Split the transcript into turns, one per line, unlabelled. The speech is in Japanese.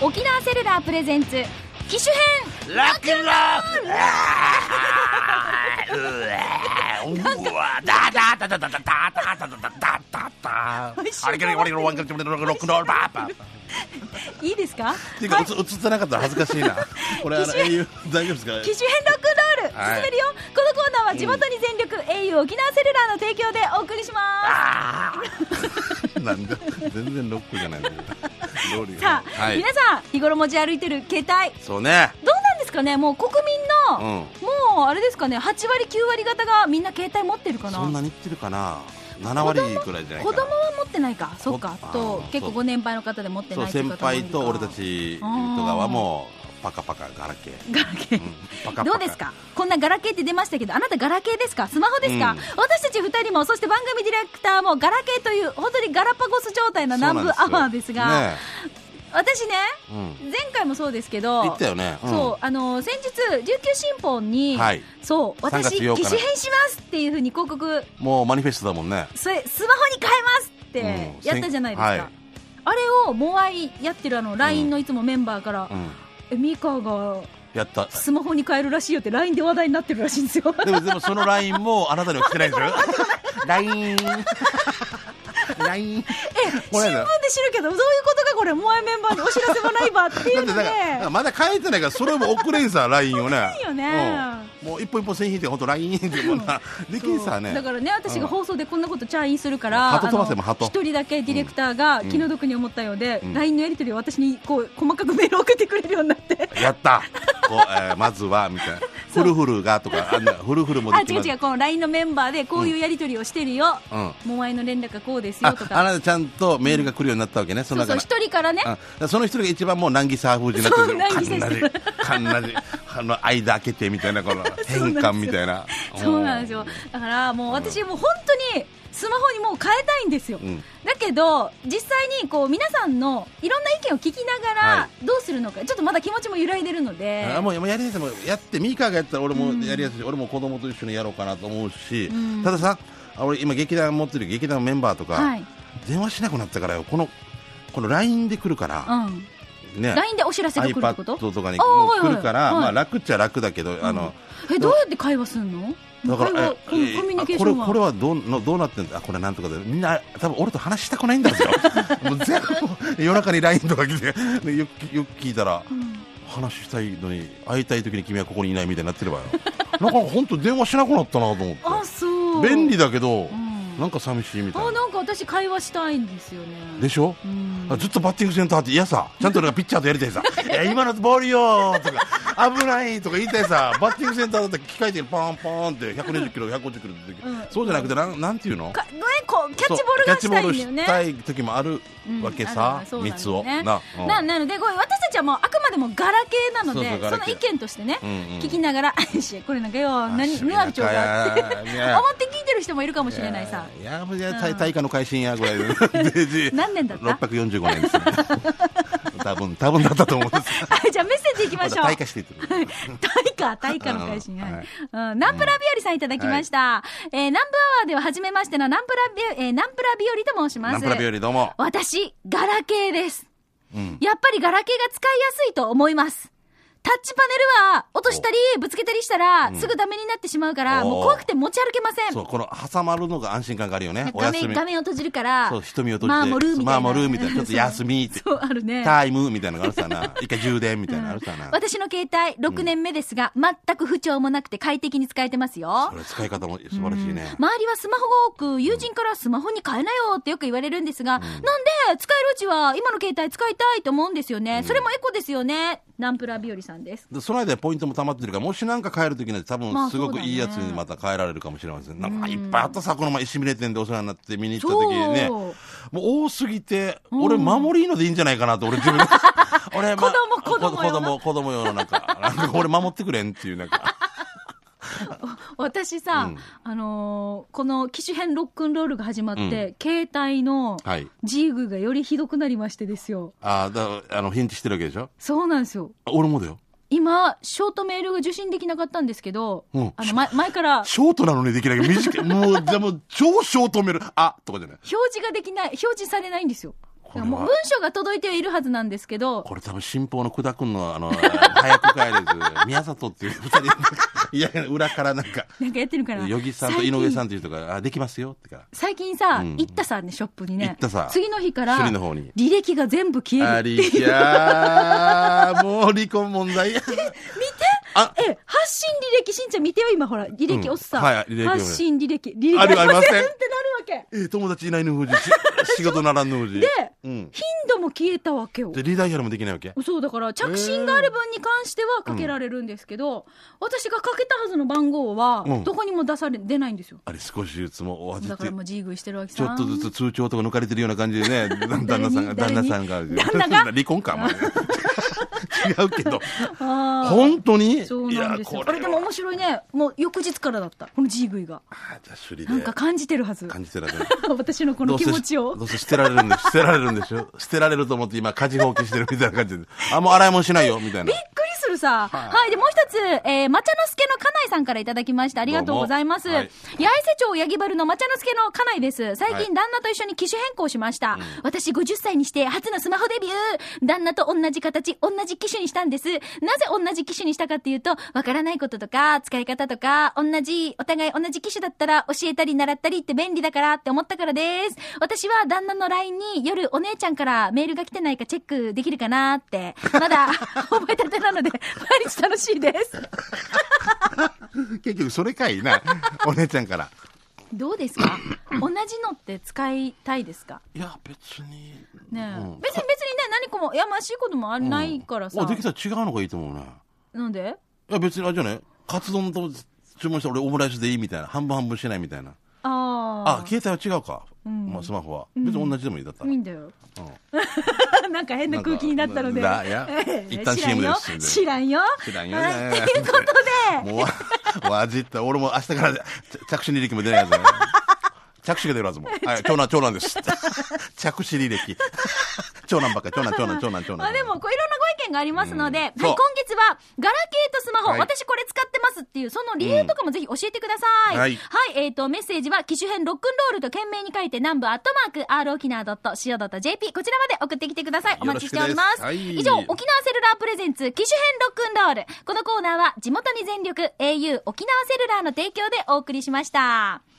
沖縄セルラープレゼンツ機種編
ラックンロールうわうわダダダダダダダダダダダダダあれから俺のワンカップロックンロールパパ
いいですか
ていうか、映ってなかったら恥ずかしいな。これ、あの、
機種
英雄、大丈夫ですか。
機種編ロックンロール、
はい
進めるよこのコーナーは地元に全力、au 沖縄セルラーの提供でお送りしま
なんだ、全然ロックじゃないんだよ。ロール
す
が
さあ、
はい
皆。さん日頃持ち歩いてる携帯
そうね。
どうなんですかねもう国民の、
うん
もうあれですかね8割9割方がみんな携帯持ってるかな
そんなに言ってるかな。七割くらいじゃない
子
か
供
な
は。持ってないかそうか
あー
と結構
そう
ご年配の方で持って
そ
な
う、
い
先
っていう方もい
輩
るか
と俺たち、とかはもう、パカパカガラケー。
ガラケー
うんパカパカ
どうですかこんなガラケーって出ましたけどあなたガラケーですかスマホですか、
うん
私たち2人もそして番組ディレクターもガラケーという本当にガラパゴス状態の南部アワーですが
ね
私ね
えうん。
前回もそうですけど
言ったよね。うん
そうあの先日、琉球新報に、
はい
そう
3月
私、機
8日
種
ね
変しますっていうふうに広告
もうマニフェストだもんね。
それスマホに変えます
うん
ってやったじゃないですか、
せんはい
あれをモアイやってるあの LINE のいつもメンバーから、
うん。
えミカが
やった。
スマホに変えるらしいよって LINE で話題になってるらしいんですよ
でも、でもその LINE もあなたには来てないでしょ ?LINE。
新聞で
LINE。もらえるの
知るけどどういうことかこれモアイメンバーにお知らせもないばっていう
だっ
の
て
で
だからまだ変えてないからそれも送れんさ LINE をね
いよね
うんもう一歩一歩線引いて本当 LINE ってもうなできんさね
だからね私が放送でこんなことチャインするから
鳩飛ばせ
あの
も鳩
一人だけディレクターが
ん
気の毒に思ったようで、
うん
LINE のやり取りを私にこう細かくメールを送ってくれるようになって
やったこう、えーまずはみたいなフルフルがとかあんなフルフルも
あ
でき
違う
ます
違うこの LINE のメンバーでこういうやり取りをしてるよ、
うん
モアイの連絡がこうですよ
あ
と
あ
か
なたちゃんとメールが来るようになったわけねそ
そう
の
そう
中
一人からね
そその一人が一番もう難儀さ風になって
そう難儀さしてる
かんなじかんなじあの間開けてみたいな この変換みたいな
そうなんですよだからもう私もう本当にスマホにもう変えたいんですよ、
うん
だけど実際にこう皆さんのいろんな意見を聞きなが
は
らどうするのかちょっとまだ気持ちも揺らいでるので
あもうもうやりやすいもうやってミーカーがやったら俺もやりやすいし、俺も子供と一緒にやろうかなと思うし、
うん
たださあ俺今劇団持ってる劇団のメンバーとか、
はい、
電話しなくなったからよこのこの LINE で来るから、
うん、
ね
LINE でお知らせが来るってこと
iPad とかに
あー
も
はいは
う
い
来るから、
はい
まあ、楽っちゃ楽だけど、あの
えどうやって会話するの
だから
会話コミ
え
コミュニケーシ
こ
ョ
れ
ンは
これはどうのどうなってんだあこれなんとかでみんな多分俺と話したくないんだぞ もう全部夜中に LINE とか来てよくよく聞いたら。
うん
話したいのに会いたい時に君はここにいないみたいになってればよなんか本当電話しなくなったなと思って
あそう
便利だけど、
ん
なんか寂しいみた
あ
いな
なんか私会話したいんですよね
でしょ、
うん
あずっとバッティングセンターって嫌さちゃんと俺がピッチャーとやりたい さ「いや今のボールよ」とか「危ない」とか言いたいさバッティングセンターだったら機械でパンパンって120キロ150キロ出て、
うん
そうじゃなくてなんなんていうの
かねこうキャッチボールがしたいんだよ
キャッチボール
ね
したい時もある
うん
わけ
あ
さ
る、そうなんで
密
す
を
ね
な、うん
ななのでこう私たちはもうあくまでもガラケーなので
そう
そ
そうガラケー
の意見としてね、
うんうん
聞きながら 「しこれなんかよ何
あ
ヌアル長が」っ て
いやいや
思って聞いてる人もいるかもしれないさ
いや、もうじゃあ、大大化の改新やぐら いの。で
何年だった
645年ですね。多分、多分だったと思うんです。
あじゃあメッセージいきま
ま
しょ
だ
う
大化していってる。
大化、大化の会心、はい
はい
うん、ナンプラ日和さんいただきました。えーナンプアワーでは初めましてのナンプラび、えーナンプラ日和と申します。
ナンプラ日和どうも。
私、ガラケーです。
うん。
やっぱりガラケーが使いやすいと思います。タッチパネルは落としたりぶつけたりしたらすぐダメになってしまうから、
おー
もう怖くて持ち歩けませ
そ
ん。
う、この挟まるのが安心感がある よね。お
画
休
面、
み。
画面を閉じるから、
そう、瞳を閉じて。
まあ、盛るみたいな。
まあ、盛るみたいな。ちょっと休みって。
そう、あるね。
タイムみたいなのがあるさな。一回充電みたいなのあるさな。
私の携帯6年目ですが、全く不調もなくて快適に使えてますよ
こ。れ使い方も素晴らしいね。
周りはスマホが多く、友人からスマホに変えなよってよく言われるんですが、なんで、使えるうちは今の携帯使いたいと思うんですよね。それもエコですよね。ナンプラ日和さんです。
でその間ポイントも溜まってるからもし何か変えるときには多
まあ
分すごくいいやつにまた変えられるかもしれません、なんかいっぱいあったさこの前石見れ店でお世話になって見に行った時にね
そう
もう多すぎて俺守りのでいいんじゃないかなと俺自分で 俺、ま
子供子供
子
用の
供子供用のなんかなんか俺守ってくれんっていうなんか
私さ、
うん
あのーこの機種編ロックンロールが始まって、携帯の
はい
ジーグがよりひどくなりましてですよ。
あーだあのヒンチしてるわけでしょ
そうなんですよ。
あ俺もだよ
今、ショートメールが受信できなかったんですけど、
うん
あの、前前から、
ショートなのにできないけど短いもうじゃあもう超ショートめるあとかじゃない
表示ができない、表示されないんですよ。
これ
もう
は
文書が届いているはずなんですけど、
これ多分新報の久田君のあの早く帰れず 宮里っていう二人いやいや裏からなんか
なんかやってるから。
与木さんと井上
ん。
さんっていう人があできますよってか
最近さ、
うん
行ったさね、ショップにね。
行ったさ
次の日から、
趣里の方に
履歴が全部消え
あ
る。
りきゃーもう離婚問題や見てあ
え、発信履歴、しんちゃん見てよ、今ほら、履歴
うん
押すさ。
はいはい履歴
発信履歴、履歴
ありありません
ってなるわけ。
えー友達いないのふじし仕事ならんのふじ
で、
うん
頻度も消えたわけよ
で。リーダーヒアルもできないわけ
そうだから着信がある分に関してはかけられるんですけど、私がかけたはずの番号は
うん
どこにも出され出ないんですよ
あれ少しずつもうお味っ
だから
て
もうジーグイしてるわけ
ち
さ
ょっとずつ通帳とか抜かれてるような感じで ね旦那さんが
誰
旦
に
那さんが
旦那が
離婚かもう違うけど
あー
本当に
そうなんですよ
いや
これでも面白いねもう翌日からだったこのジーグイが
あじゃあ首
なん
里
か
で
感じてるはず
感じてられる
私のこ
ど
の
うせ
気持ちを
どうせ捨てられるんで捨てられるんでしょ捨てられると思って今家事放棄してるみたいな感じであもう洗い物しないよみたい
び
な
っくりするさ。はい。で、もう一つ、えー、抹茶の助の家内さんからいただきました。ありがとうございます。
どうもはい
八重瀬町八木原の抹茶の助の家内です。最
はい
近、旦那と一緒に機種変更しました。私50歳にして初のスマホデビュー。旦那と同じ形、同じ機種にしたんです。なぜ同じ機種にしたかっていうと、わからないこととか、使い方とか、同じ、お互い同じ機種だったら教えたり習ったりって便利だからって思ったからです。私は旦那の LINE に夜お姉ちゃんからメールが来てないかチェックできるかなって、ま だ覚えたてなので、毎日楽しいです。
結局それかいな お姉ちゃんから
どうですか同じのって使いたいですか
いや別に
ねえ、
うん
別に別にね、何かもやましいこともあないからさ。
おできたら違うのがいいと思うな
なんで
いや別にあれじゃないカツ丼と注文して俺オムライスでいいみたいな半分半分しないみたいな
ああ。
あ携帯は違うか、
ん
まあ、スマホは別に同じでもいいだったら、
いいんだよ。 なんか変な空気になったので。
なんかいや 一旦
知らん
CM
よ
です。
知らんよ。
知らんよね
はいということで、
もうわわじった俺も明日からち着手履歴も出ないはずね着手が出 るはずもうはい長男長男です 着手履歴 長男ばっかり長男長男長男長男
まあでも、こういろんなご意見がありますので、はい、
うん
今
そう
月は、ガラケーとスマホ、
はい
私これ使ってますっていう、その理由とかもぜひ教えてください。
うん
は
はいい。
えっ、と、メッセージは、機種編ロックンロールと懸命に書いて、南部アットマーク、r 沖縄 .co.jp、こちらまで送ってきてください。お待ちしております。
よろしくですはい
以上、沖縄セルラープレゼンツ、機種編ロックンロール。このコーナーは、地元に全力、au 沖縄セルラーの提供でお送りしました。